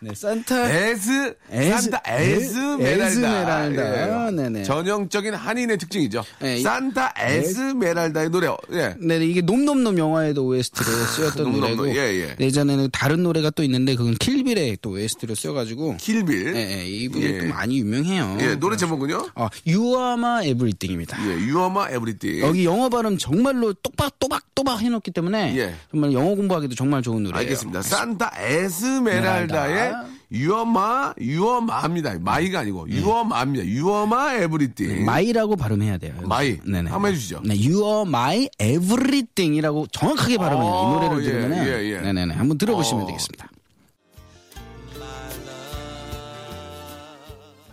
Speaker 2: 네, 산타
Speaker 1: 에즈,
Speaker 2: 에즈-
Speaker 1: 산타 에즈
Speaker 2: 에- 에즈
Speaker 1: 메랄다. 예.
Speaker 2: 메랄다. 아, 네네.
Speaker 1: 전형적인 한인의 특징이죠.
Speaker 2: 예, 이-
Speaker 1: 산타 에즈 메랄다의 노래. 예.
Speaker 2: 네, 이게 놈놈놈 영화에도 OST로 쓰였던
Speaker 1: 아, 놈놈놈,
Speaker 2: 노래고
Speaker 1: 예, 예.
Speaker 2: 예전에는 다른 노래가 또 있는데 그건 킬빌에 또 OST로 쓰여가지고
Speaker 1: 킬빌.
Speaker 2: 예, 예, 이분이
Speaker 1: 예.
Speaker 2: 또 많이 유명해요.
Speaker 1: 예, 노래 제목은요?
Speaker 2: 어, 유아마 에브리띵입니다.
Speaker 1: 예, 유어마 에브리띵.
Speaker 2: 여기 영어 발음 정말로 똑박 또박 또박 해놓기 때문에
Speaker 1: 예.
Speaker 2: 정말 영어 공부하기도 정말 좋은 노래예요.
Speaker 1: 알겠습니다. 산타 에스메랄다의
Speaker 2: 메랄다. 네.
Speaker 1: 유어마, 유어마입니다. 마이가 아니고 유어마입니다. 유어마 에브리띵.
Speaker 2: 마이라고 발음해야 돼요.
Speaker 1: 마이.
Speaker 2: 네네.
Speaker 1: 한번 해주시죠.
Speaker 2: 네, you are my everything이라고 정확하게 발음해요.
Speaker 1: 어,
Speaker 2: 이 노래를
Speaker 1: 예,
Speaker 2: 들으면
Speaker 1: 예, 예.
Speaker 2: 네네네. 한번 들어보시면
Speaker 1: 어.
Speaker 2: 되겠습니다.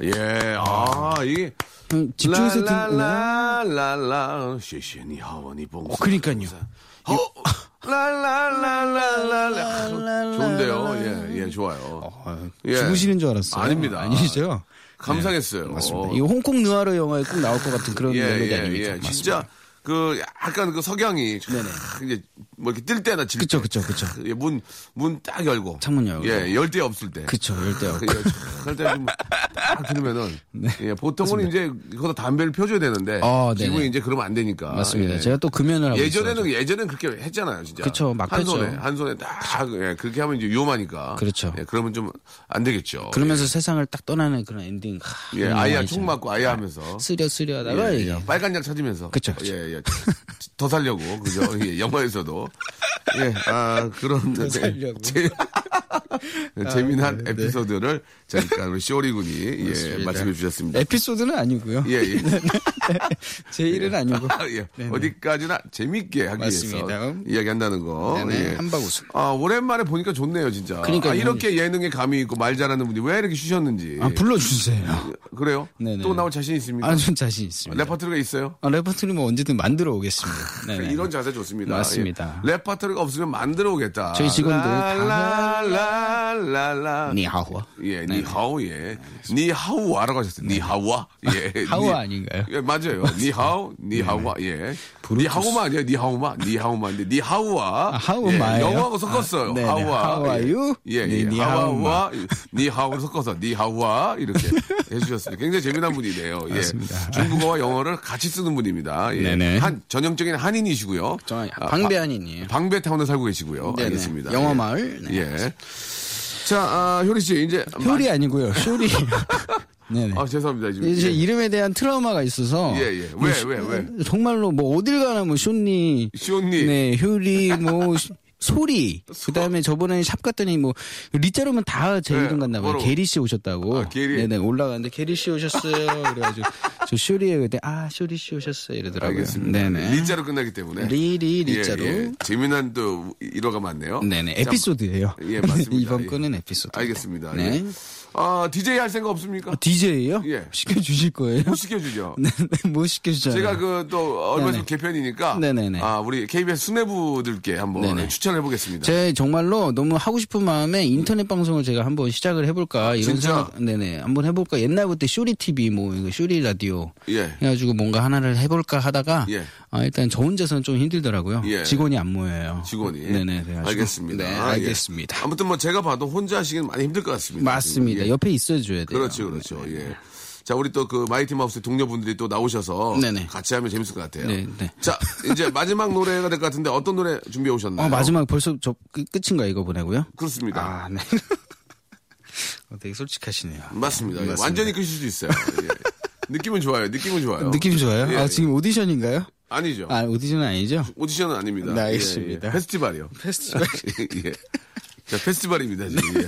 Speaker 1: 예, 아, 이
Speaker 2: 음, 집중해서 들.
Speaker 1: 라라라라라 시시니 하원이 봉.
Speaker 2: 어, 그러니까요.
Speaker 1: 라라라라라라. 좋은데요. 예, 예, 좋아요.
Speaker 2: 어,
Speaker 1: 예.
Speaker 2: 죽으시는 줄 알았어요.
Speaker 1: 아닙니다.
Speaker 2: 아니죠?
Speaker 1: 감상했어요.
Speaker 2: 네, 맞습니다. 이 홍콩 느와르 영화에 꼭 나올 것 같은 그런
Speaker 1: 예,
Speaker 2: 멜로디
Speaker 1: 예,
Speaker 2: 아닙니까?
Speaker 1: 예. 진짜 그 약간 그 석양이 촥 이제 뭐 이렇게 뜰 때나 질
Speaker 2: 그쵸, 그쵸, 그쵸.
Speaker 1: 때. 예, 문문 딱 열고
Speaker 2: 창문 열고.
Speaker 1: 예, 열대 없을 때.
Speaker 2: 그쵸, 열대 없고.
Speaker 1: 그때딱 들으면은 예, 보통은 이제 거기서 담배를 펴줘야 되는데
Speaker 2: 어, 네. 네네.
Speaker 1: 지금 이제 그러면 안 되니까
Speaker 2: 맞습니다.
Speaker 1: 예.
Speaker 2: 제가 또 금연을 하고
Speaker 1: 예전에는
Speaker 2: 있어가지고.
Speaker 1: 예전엔 그렇게 했잖아요, 진짜.
Speaker 2: 그쵸, 막
Speaker 1: 한
Speaker 2: 폈죠.
Speaker 1: 손에 한 손에 딱 예, 그렇게 하면 이제 위험하니까.
Speaker 2: 그렇죠.
Speaker 1: 예, 그러면 좀 안 되겠죠.
Speaker 2: 그러면서 세상을 딱 떠나는 그런 엔딩. 하,
Speaker 1: 예,
Speaker 2: 그런
Speaker 1: 아이야
Speaker 2: 영화이죠.
Speaker 1: 총 맞고 아이야 하면서
Speaker 2: 쓰려 쓰려 하다가
Speaker 1: 예,
Speaker 2: 이게
Speaker 1: 예. 빨간 약 찾으면서.
Speaker 2: 그쵸, 그쵸.
Speaker 1: 예, 예. 더 살려고. 그죠? 예, 영화에서도. 예, 아, 그런. 더
Speaker 2: 살려고. 아, 네.
Speaker 1: 재, 재미난 에피소드를 잠깐 우리 쇼리 군이 예,
Speaker 2: 맞습니다.
Speaker 1: 말씀해 주셨습니다.
Speaker 2: 에피소드는 아니고요.
Speaker 1: 예, 예.
Speaker 2: 제 일은 아니고. 네,
Speaker 1: 아, 예. 어디까지나 재밌게 하기 위해서
Speaker 2: 맞습니다.
Speaker 1: 이야기한다는 거.
Speaker 2: 네네,
Speaker 1: 예.
Speaker 2: 한바구스.
Speaker 1: 아, 오랜만에 보니까 좋네요, 진짜.
Speaker 2: 그러니까요.
Speaker 1: 아, 이렇게 예능에 감이 있고 말 잘하는 분이 왜 이렇게 쉬셨는지.
Speaker 2: 아, 불러주세요.
Speaker 1: 그래요?
Speaker 2: 네네.
Speaker 1: 또 나올 자신 있습니까?
Speaker 2: 아, 좀 자신 있습니다.
Speaker 1: 레퍼토리가 있어요?
Speaker 2: 아, 레퍼토리 뭐 언제든 만들어 오겠습니다. 네네.
Speaker 1: 이런 자세 좋습니다.
Speaker 2: 맞습니다.
Speaker 1: 예. 레퍼토리가 없으면 만들어 오겠다.
Speaker 2: 저희 직원들 다 네.
Speaker 1: 라라라라라.
Speaker 2: 니하오.
Speaker 1: 예, 니하오 예. 니하오 알아가셨어요. 니하오와. 예.
Speaker 2: 네, 하오
Speaker 1: 니-
Speaker 2: 아닌가요?
Speaker 1: 예, 맞아요. 니하오,
Speaker 2: 네.
Speaker 1: 니하오와. 예. 니하오마 아니에요. 니하오마. 니하오마인데 니하오와.
Speaker 2: 아, 하오마예요?
Speaker 1: 영어하고 섞었어요.
Speaker 2: 아, 네네.
Speaker 1: 하오와.
Speaker 2: How are you?
Speaker 1: 예, 예.
Speaker 2: 네,
Speaker 1: 예.
Speaker 2: 니하오마.
Speaker 1: 하와와 니하오를 섞어서 니하오와 이렇게 해 주셨습니다. 굉장히 재미난 분이네요. 예.
Speaker 2: 맞습니다.
Speaker 1: 중국어와 영어를 같이 쓰는 분입니다. 예.
Speaker 2: 네네.
Speaker 1: 한 전형적인 한인이시고요.
Speaker 2: 정말
Speaker 1: 아,
Speaker 2: 방배 아니에요. 네,
Speaker 1: 방, 배타운에 살고 계시고요.
Speaker 2: 네네.
Speaker 1: 알겠습니다.
Speaker 2: 영어
Speaker 1: 예.
Speaker 2: 마을. 네.
Speaker 1: 예. 자, 아, 효리 씨 이제
Speaker 2: 효리 아니고요. 쇼리.
Speaker 1: 예.
Speaker 2: 네네.
Speaker 1: 아, 죄송합니다. 지금.
Speaker 2: 이제
Speaker 1: 예.
Speaker 2: 이름에 대한 트라우마가 있어서. 뭐
Speaker 1: 예, 예. 왜, 왜, 왜?
Speaker 2: 정말로 뭐 어딜 가나 뭐 쇼니.
Speaker 1: 쇼니.
Speaker 2: 네, 효리 뭐 시- 소리. 그다음에 저번에 샵 갔더니 뭐 리자로면 다 제
Speaker 1: 네,
Speaker 2: 이름 같나 봐요.
Speaker 1: 뭐라고?
Speaker 2: 게리 씨 오셨다고.
Speaker 1: 아, 게리.
Speaker 2: 네네 올라갔는데 게리 씨 오셨어요. 그래가지고 저 쇼리에 그때 아 쇼리 씨 오셨어요 이러더라고요.
Speaker 1: 알겠습니다.
Speaker 2: 네네.
Speaker 1: 리자로 끝나기 때문에.
Speaker 2: 리리
Speaker 1: 예,
Speaker 2: 리자로.
Speaker 1: 예. 재미난 또 일화가 많네요.
Speaker 2: 네네
Speaker 1: 자,
Speaker 2: 에피소드예요.
Speaker 1: 예, 맞습니다.
Speaker 2: 이번
Speaker 1: 예.
Speaker 2: 거는 에피소드.
Speaker 1: 알겠습니다.
Speaker 2: 네.
Speaker 1: 예. 아, DJ 할 생각 없습니까?
Speaker 2: DJ요?
Speaker 1: 예.
Speaker 2: 시켜주실 거예요?
Speaker 1: 못 시켜주죠.
Speaker 2: 네네 뭐 시켜주잖아요.
Speaker 1: 제가 그 또 얼마 전
Speaker 2: 네네.
Speaker 1: 개편이니까
Speaker 2: 네네네.
Speaker 1: 아 우리 KBS 수뇌부들께 한번
Speaker 2: 네네.
Speaker 1: 추천해 보겠습니다.
Speaker 2: 제 정말로 너무 하고 싶은 마음에 인터넷 방송을 제가 한번 시작을 해볼까 이런
Speaker 1: 진짜?
Speaker 2: 생각 네네 한번 해볼까 옛날부터 쇼리 TV 뭐 이거 쇼리 라디오
Speaker 1: 예.
Speaker 2: 해가지고 뭔가 하나를 해볼까 하다가
Speaker 1: 예.
Speaker 2: 아, 일단 저 혼자서는 좀 힘들더라고요
Speaker 1: 예.
Speaker 2: 직원이 안 모여요
Speaker 1: 직원이.
Speaker 2: 네네 그래가지고.
Speaker 1: 알겠습니다.
Speaker 2: 네,
Speaker 1: 아, 예.
Speaker 2: 알겠습니다
Speaker 1: 아무튼 뭐 제가 봐도 혼자 하시긴 많이 힘들 것 같습니다.
Speaker 2: 맞습니다
Speaker 1: 지금. 예.
Speaker 2: 옆에 있어줘야 돼요 네.
Speaker 1: 그렇죠, 그렇죠. 예. 자, 우리 또 그 마이티 마우스 동료분들이 또 나오셔서
Speaker 2: 네네.
Speaker 1: 같이 하면 재밌을 것 같아요.
Speaker 2: 네, 네.
Speaker 1: 자, 이제 마지막 노래가 될 것 같은데 어떤 노래 준비해 오셨나요?
Speaker 2: 어, 마지막 벌써 저 끝- 끝인가 이거 보내고요
Speaker 1: 그렇습니다.
Speaker 2: 아네 어, 되게 솔직하시네요
Speaker 1: 맞습니다. 예,
Speaker 2: 맞습니다.
Speaker 1: 완전히 끄실 수 있어요. 예. 느낌은 좋아요. 느낌은 좋아요.
Speaker 2: 느낌 좋아요
Speaker 1: 예,
Speaker 2: 아
Speaker 1: 예.
Speaker 2: 지금 오디션인가요
Speaker 1: 아니죠.
Speaker 2: 아 오디션은 아니죠
Speaker 1: 오디션은 아닙니다.
Speaker 2: 네,
Speaker 1: 예,
Speaker 2: 알겠습니다.
Speaker 1: 예. 페스티벌이요.
Speaker 2: 페스티벌
Speaker 1: 예. 자, 페스티벌입니다, 지금. 예.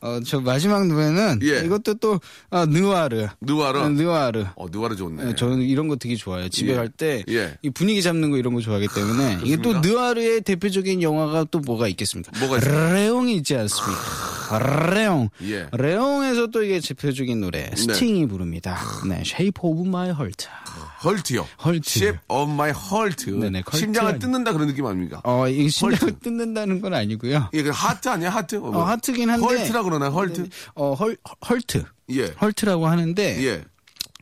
Speaker 2: 어, 저 마지막 노래는
Speaker 1: 예.
Speaker 2: 이것도 또 아, 느와르. 네,
Speaker 1: 느와르.
Speaker 2: 느와르.
Speaker 1: 어, 느와르 좋네.
Speaker 2: 예, 저는 이런 거 되게 좋아해요. 집에
Speaker 1: 예.
Speaker 2: 갈 때
Speaker 1: 예.
Speaker 2: 이 분위기 잡는 거 이런 거 좋아하기 때문에 이게 또 느와르의 대표적인 영화가 또 뭐가 있겠습니까?
Speaker 1: 뭐가 있어요?
Speaker 2: 레옹이 있지 않습니까? 레옹.
Speaker 1: 예. 네.
Speaker 2: 레옹에서 또 이게 대표적인 노래 스팅이 부릅니다. 네, Shape of My Heart.
Speaker 1: 헐트요.
Speaker 2: 헐트.
Speaker 1: Shape of my heart.
Speaker 2: 네네, 컬트
Speaker 1: 심장을
Speaker 2: 아니-
Speaker 1: 뜯는다 그런 느낌 아닙니까?
Speaker 2: 어, 이 심장을 뜯는다는 건 아니고요.
Speaker 1: 예, 그 하트 아니야 하트?
Speaker 2: 어, 하트긴 한데.
Speaker 1: 헐트라 그러나 헐트.
Speaker 2: 어, 헐, 헐트.
Speaker 1: 예.
Speaker 2: 헐트라고 하는데
Speaker 1: 예.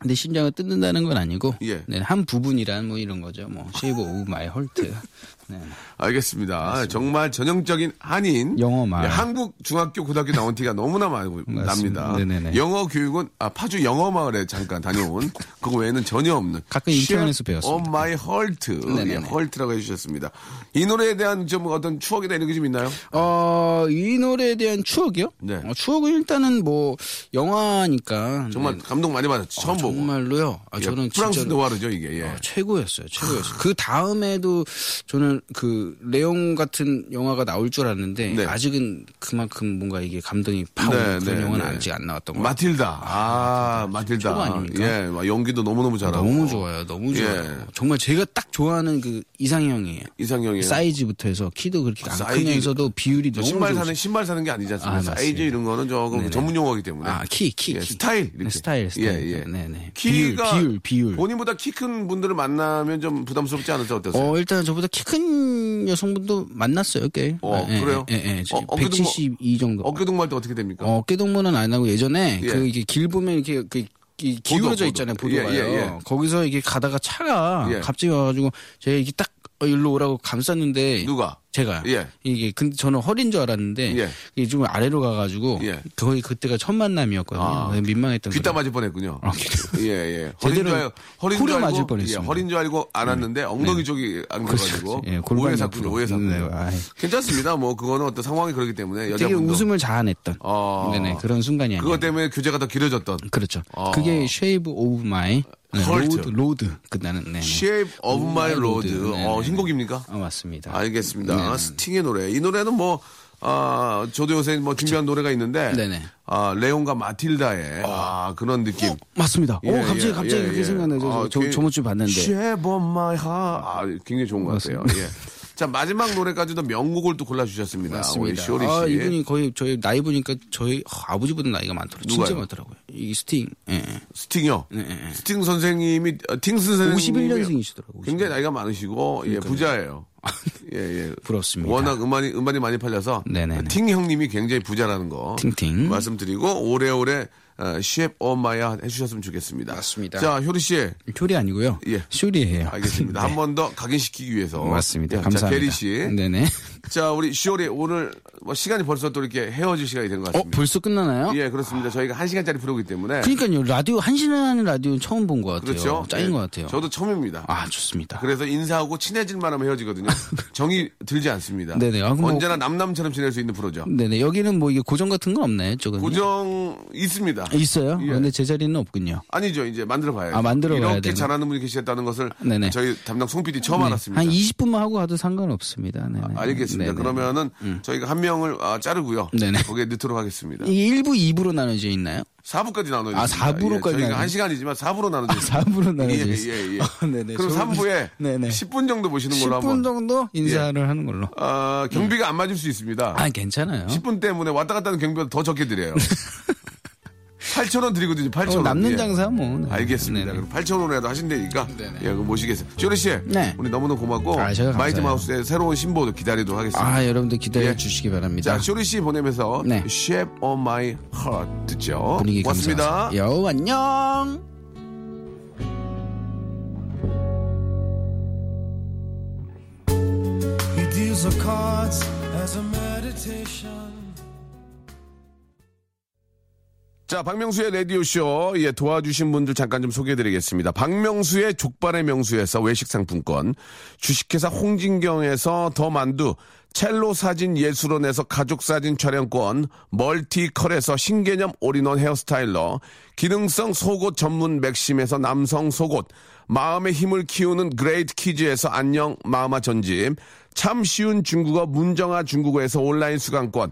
Speaker 2: 근데 심장을 뜯는다는 건 아니고
Speaker 1: 예.
Speaker 2: 네, 한 부분이란 뭐 이런 거죠. 뭐 쉐이브 오브 마이 헐트
Speaker 1: 알겠습니다. 정말 전형적인 한인
Speaker 2: 영어말.
Speaker 1: 예, 한국 중학교 고등학교 나온 티가 너무나 많이 납니다.
Speaker 2: 네네네.
Speaker 1: 영어 교육은 아, 파주 영어 마을에 잠깐 다녀온 그거 외에는 전혀 없는.
Speaker 2: 가끔 인터넷에서 배웠습니다.
Speaker 1: On my heart, 예,
Speaker 2: 네네네.
Speaker 1: heart라고 해주셨습니다. 이 노래에 대한 좀 어떤 추억이나 이런 게 좀 있나요?
Speaker 2: 어, 이 노래에 대한 추억이요?
Speaker 1: 네.
Speaker 2: 어, 추억은 일단은 뭐 영화니까
Speaker 1: 정말
Speaker 2: 네.
Speaker 1: 감동 많이 받았죠. 처음
Speaker 2: 어,
Speaker 1: 보고.
Speaker 2: 정말로요. 아,
Speaker 1: 예,
Speaker 2: 저는
Speaker 1: 프랑스
Speaker 2: 진짜로-
Speaker 1: 노화르죠 이게. 예.
Speaker 2: 어, 최고였어요. 최고였어요. 그 다음에도 저는 그 레옹 같은 영화가 나올 줄 알았는데
Speaker 1: 네.
Speaker 2: 아직은 그만큼 뭔가 이게 감동이 파고
Speaker 1: 네,
Speaker 2: 그런
Speaker 1: 네,
Speaker 2: 영화는
Speaker 1: 네.
Speaker 2: 아직 안 나왔던 것 같아요.
Speaker 1: 마틸다. 아, 마틸다.
Speaker 2: 최고 아닙니까?
Speaker 1: 예, 막 연기도 너무너무 잘하고.
Speaker 2: 너무 좋아요. 너무 좋아요.
Speaker 1: 예.
Speaker 2: 정말 제가 딱 좋아하는 그 이상형이에요.
Speaker 1: 이상형이에요.
Speaker 2: 사이즈부터 해서 키도 그렇게 안
Speaker 1: 예. 사이즈.
Speaker 2: 크면서도 비율이
Speaker 1: 저
Speaker 2: 너무
Speaker 1: 신발
Speaker 2: 좋으시고.
Speaker 1: 사는 신발 사는 게 아니지 않습니까?
Speaker 2: 아,
Speaker 1: 사이즈
Speaker 2: 맞습니다.
Speaker 1: 이런 거는 조금 전문 용어이기 때문에.
Speaker 2: 아, 키, 키,
Speaker 1: 예,
Speaker 2: 키.
Speaker 1: 스타일 이렇게.
Speaker 2: 네, 스타일, 스타일.
Speaker 1: 예, 예.
Speaker 2: 네, 네.
Speaker 1: 키가
Speaker 2: 비율, 비율, 비율.
Speaker 1: 본인보다 키 큰 분들을 만나면 좀 부담스럽지 않으세요? 어떠세요?
Speaker 2: 어, 일단 저보다 키 큰 여성분도 만났어요, 꽤.
Speaker 1: 어,
Speaker 2: 예,
Speaker 1: 그래요?
Speaker 2: 예, 예.
Speaker 1: 어, 어깨
Speaker 2: 172 정도.
Speaker 1: 어깨 동무할 때 어떻게 됩니까?
Speaker 2: 어, 어깨 동무는 안 하고 예전에
Speaker 1: 예.
Speaker 2: 그 이게 길 보면 이렇게 그 기-
Speaker 1: 보도,
Speaker 2: 기울어져 있잖아요
Speaker 1: 보도.
Speaker 2: 보도가요.
Speaker 1: 예, 예, 예.
Speaker 2: 거기서 이게 가다가 차가
Speaker 1: 예.
Speaker 2: 갑자기 와가지고 제가 이게 딱 어, 일로 오라고 감쌌는데
Speaker 1: 누가?
Speaker 2: 제가
Speaker 1: 예.
Speaker 2: 이게 근데 저는 허리인 줄 알았는데
Speaker 1: 예.
Speaker 2: 이게 좀 아래로 가가지고
Speaker 1: 예.
Speaker 2: 거의 그때가 첫 만남이었거든요.
Speaker 1: 아.
Speaker 2: 그래서 민망했던
Speaker 1: 귀따
Speaker 2: 거죠.
Speaker 1: 맞을 뻔했군요.
Speaker 2: 아, 귀따-
Speaker 1: 예, 예. 허린
Speaker 2: 제대로
Speaker 1: 줄, 알, 허린 줄
Speaker 2: 코려
Speaker 1: 알고
Speaker 2: 맞을 뻔했습니다. 네.
Speaker 1: 예, 허린 줄 알고 안 왔는데 엉덩이 쪽이 안 가가지고
Speaker 2: 그렇죠. 예, 골반
Speaker 1: 오해 샀군요.
Speaker 2: 옆으로.
Speaker 1: 오해 샀군요.
Speaker 2: 네, 아이.
Speaker 1: 괜찮습니다. 뭐 그거는 어떤 상황이 그렇기 때문에
Speaker 2: 되게
Speaker 1: 여자분도
Speaker 2: 웃음을 자아냈던
Speaker 1: 어.
Speaker 2: 네네 그런 순간이 아니에요.
Speaker 1: 그것 때문에 교제가 더 길어졌던
Speaker 2: 그렇죠.
Speaker 1: 어.
Speaker 2: 그게 쉐이브 오브 마이 네,
Speaker 1: 헐트.
Speaker 2: 로드 로드 끝나는 네.
Speaker 1: Shape of My Road.
Speaker 2: 네,
Speaker 1: 어,
Speaker 2: 네,
Speaker 1: 신곡입니까?
Speaker 2: 어, 맞습니다.
Speaker 1: 알겠습니다.
Speaker 2: 네.
Speaker 1: 스팅의 노래. 이 노래는 뭐, 아, 저도 요새 뭐 준비한 노래가 있는데,
Speaker 2: 네네.
Speaker 1: 아, 레온과 마틸다의 아, 그런 느낌.
Speaker 2: 어, 맞습니다.
Speaker 1: 예,
Speaker 2: 오 갑자기
Speaker 1: 예,
Speaker 2: 갑자기
Speaker 1: 예,
Speaker 2: 그렇게
Speaker 1: 예.
Speaker 2: 생각나요. 저,
Speaker 1: 아,
Speaker 2: 저,
Speaker 1: 그-
Speaker 2: 저번 주에 봤는데
Speaker 1: Shape of My Heart. 아, 굉장히 좋은 것 같아요. 예. 자, 마지막 노래까지도 명곡을 또 골라주셨습니다. 우리 쇼리 씨.
Speaker 2: 아 이분이 거의 저희 나이 보니까 저희 어, 아버지보다 나이가 많더라고요. 진짜
Speaker 1: 누가요?
Speaker 2: 많더라고요. 이 스팅 예.
Speaker 1: 스팅이요.
Speaker 2: 예,
Speaker 1: 스팅 선생님이, 어, 팅슨 선생님이.
Speaker 2: 51년생이시더라고요.
Speaker 1: 굉장히 나이가 많으시고, 예, 부자예요. 예, 예.
Speaker 2: 부럽습니다.
Speaker 1: 워낙 음반이, 음반이 많이 팔려서. 그
Speaker 2: 네네네.
Speaker 1: 팅 형님이 굉장히 부자라는 거.
Speaker 2: 팅팅.
Speaker 1: 말씀드리고, 오래오래, 어, 쉐프 오마야 해주셨으면 좋겠습니다.
Speaker 2: 맞습니다.
Speaker 1: 자, 효리 씨.
Speaker 2: 효리 아니고요.
Speaker 1: 예.
Speaker 2: 쇼리예요.
Speaker 1: 알겠습니다.
Speaker 2: 네.
Speaker 1: 한 번 더 각인시키기 위해서.
Speaker 2: 맞습니다.
Speaker 1: 예, 자,
Speaker 2: 감사합니다.
Speaker 1: 게리 씨.
Speaker 2: 네네.
Speaker 1: 자, 우리 쇼리 오늘 뭐 시간이 벌써 또 이렇게 헤어질 시간이 된 것
Speaker 2: 어
Speaker 1: 같습니다.
Speaker 2: 벌써 끝나나요?
Speaker 1: 예, 그렇습니다. 저희가 한 시간짜리 프로기 때문에.
Speaker 2: 그러니까요. 라디오 한 시간 하는 라디오는 처음 본 것 같아요.
Speaker 1: 그렇죠.
Speaker 2: 짱인
Speaker 1: 예,
Speaker 2: 것 같아요.
Speaker 1: 저도 처음입니다.
Speaker 2: 아 좋습니다.
Speaker 1: 그래서 인사하고 친해질 만하면 헤어지거든요. 정이 들지 않습니다.
Speaker 2: 그렇죠. 네네. 아, 그럼 뭐-
Speaker 1: 언제나 남남처럼 지낼 수 있는 프로죠.
Speaker 2: 네네 여기는 뭐 이게 고정 같은 건 없나요? 조금
Speaker 1: 고정 있습니다.
Speaker 2: 있어요. 아,
Speaker 1: 예.
Speaker 2: 근데 제 자리는 없군요.
Speaker 1: 아니죠. 이제 만들어 봐야죠.
Speaker 2: 아, 만들어 봐야
Speaker 1: 이렇게
Speaker 2: 되는-
Speaker 1: 잘하는 분이 계시다는 것을
Speaker 2: 네네.
Speaker 1: 저희 담당 송PD 처음
Speaker 2: 네.
Speaker 1: 알았습니다. 아,
Speaker 2: 한 20분만 하고 가도 상관없습니다. 네네.
Speaker 1: 알겠습니다.
Speaker 2: 네네. 음.
Speaker 1: 그러면은 저희가 한 명을 아, 자르고요.
Speaker 2: 네네.
Speaker 1: 거기에 넣도록 하겠습니다.
Speaker 2: 이게 1부, 2부로 나눠져 있나요?
Speaker 1: 4부까지 나눠져
Speaker 2: 아,
Speaker 1: 있습니다. 예,
Speaker 2: 4부로 까지
Speaker 1: 저희가
Speaker 2: 나눠-
Speaker 1: 한 시간이지만 4부로 나눠져
Speaker 2: 아, 4부로 나눠져
Speaker 1: 예,
Speaker 2: 있어요.
Speaker 1: 예, 예.
Speaker 2: 아, 네네.
Speaker 1: 그럼
Speaker 2: 저는-
Speaker 1: 3부에
Speaker 2: 네네.
Speaker 1: 10분 정도 보시는 걸로
Speaker 2: 10분
Speaker 1: 한번. 예.
Speaker 2: 정도 인사를 하는 걸로.
Speaker 1: 아, 경비가 안 맞을 수 있습니다.
Speaker 2: 아, 괜찮아요.
Speaker 1: 10분 때문에 왔다 갔다 하는 경비가 더 적게 드려요. 8,000원 드리거든요, 8,000원.
Speaker 2: 어, 남는
Speaker 1: 예.
Speaker 2: 장사 뭐. 네.
Speaker 1: 알겠습니다.
Speaker 2: 네네.
Speaker 1: 그럼 8,000원이라도 하신다니까. 예, 그럼 모시겠습니다. 쇼리 씨.
Speaker 2: 네.
Speaker 1: 우리 너무너무 고맙고.
Speaker 2: 아, 제가
Speaker 1: 마이트
Speaker 2: 감사해요.
Speaker 1: 마우스의 새로운 신보도 기다리도록 하겠습니다.
Speaker 2: 아, 여러분들 기다려
Speaker 1: 예.
Speaker 2: 주시기 바랍니다.
Speaker 1: 자, 쇼리 씨 보내면서
Speaker 2: 네.
Speaker 1: Shape on my heart 듣죠.
Speaker 2: 분위기
Speaker 1: 고맙습니다.
Speaker 2: 감사합니다. 예. 여 안녕.
Speaker 4: He deals the cards as a meditation.
Speaker 1: 자, 박명수의 라디오쇼. 예, 도와주신 분들 잠깐 좀 소개해드리겠습니다. 박명수의 족발의 명수에서 외식상품권, 주식회사 홍진경에서 더 만두, 첼로 사진 예술원에서 가족사진 촬영권, 멀티컬에서 신개념 올인원 헤어스타일러, 기능성 속옷 전문 맥심에서 남성 속옷, 마음의 힘을 키우는 그레이트 키즈에서 안녕 마마 전집, 참 쉬운 중국어 문정아 중국어에서 온라인 수강권,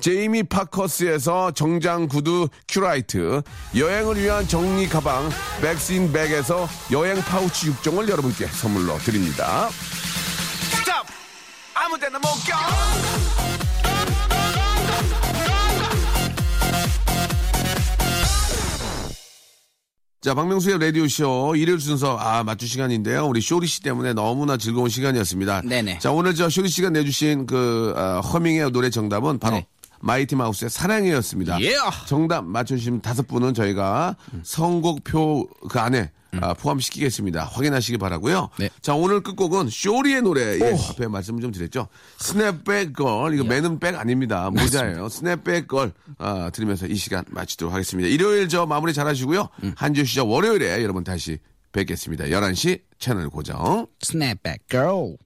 Speaker 1: 제이미 파커스에서 정장 구두 큐라이트, 여행을 위한 정리 가방 백스인 백에서 여행 파우치 6종을 여러분께 선물로 드립니다.
Speaker 3: 스탑! 아
Speaker 1: 아무 데나 못 껴. 자, 박명수의 라디오쇼 일요일 순서, 아, 맞출 시간인데요. 우리 쇼리 씨 때문에 너무나 즐거운 시간이었습니다.
Speaker 2: 네네.
Speaker 1: 자, 오늘 저 쇼리 씨가 내주신 그, 어, 허밍의 노래 정답은 바로
Speaker 2: 네.
Speaker 1: 마이티 마우스의 사랑이었습니다.
Speaker 2: 예.
Speaker 1: 정답 맞춰주신 다섯 분은 저희가 선곡표 그 안에 아, 포함시키겠습니다. 확인하시기 바라고요.
Speaker 2: 음. 네.
Speaker 1: 자 오늘 끝곡은 쇼리의 노래 예, 앞에 말씀 좀 드렸죠. 스냅백 걸 이거 맨은백 아닙니다. 모자예요. 스냅백 걸 아, 들으면서 이 시간 마치도록 하겠습니다. 일요일 저 마무리 잘하시고요.
Speaker 2: 음.
Speaker 1: 한 주 쉬자 월요일에 여러분 다시 뵙겠습니다. 11시 채널 고정.
Speaker 2: 스냅백 걸.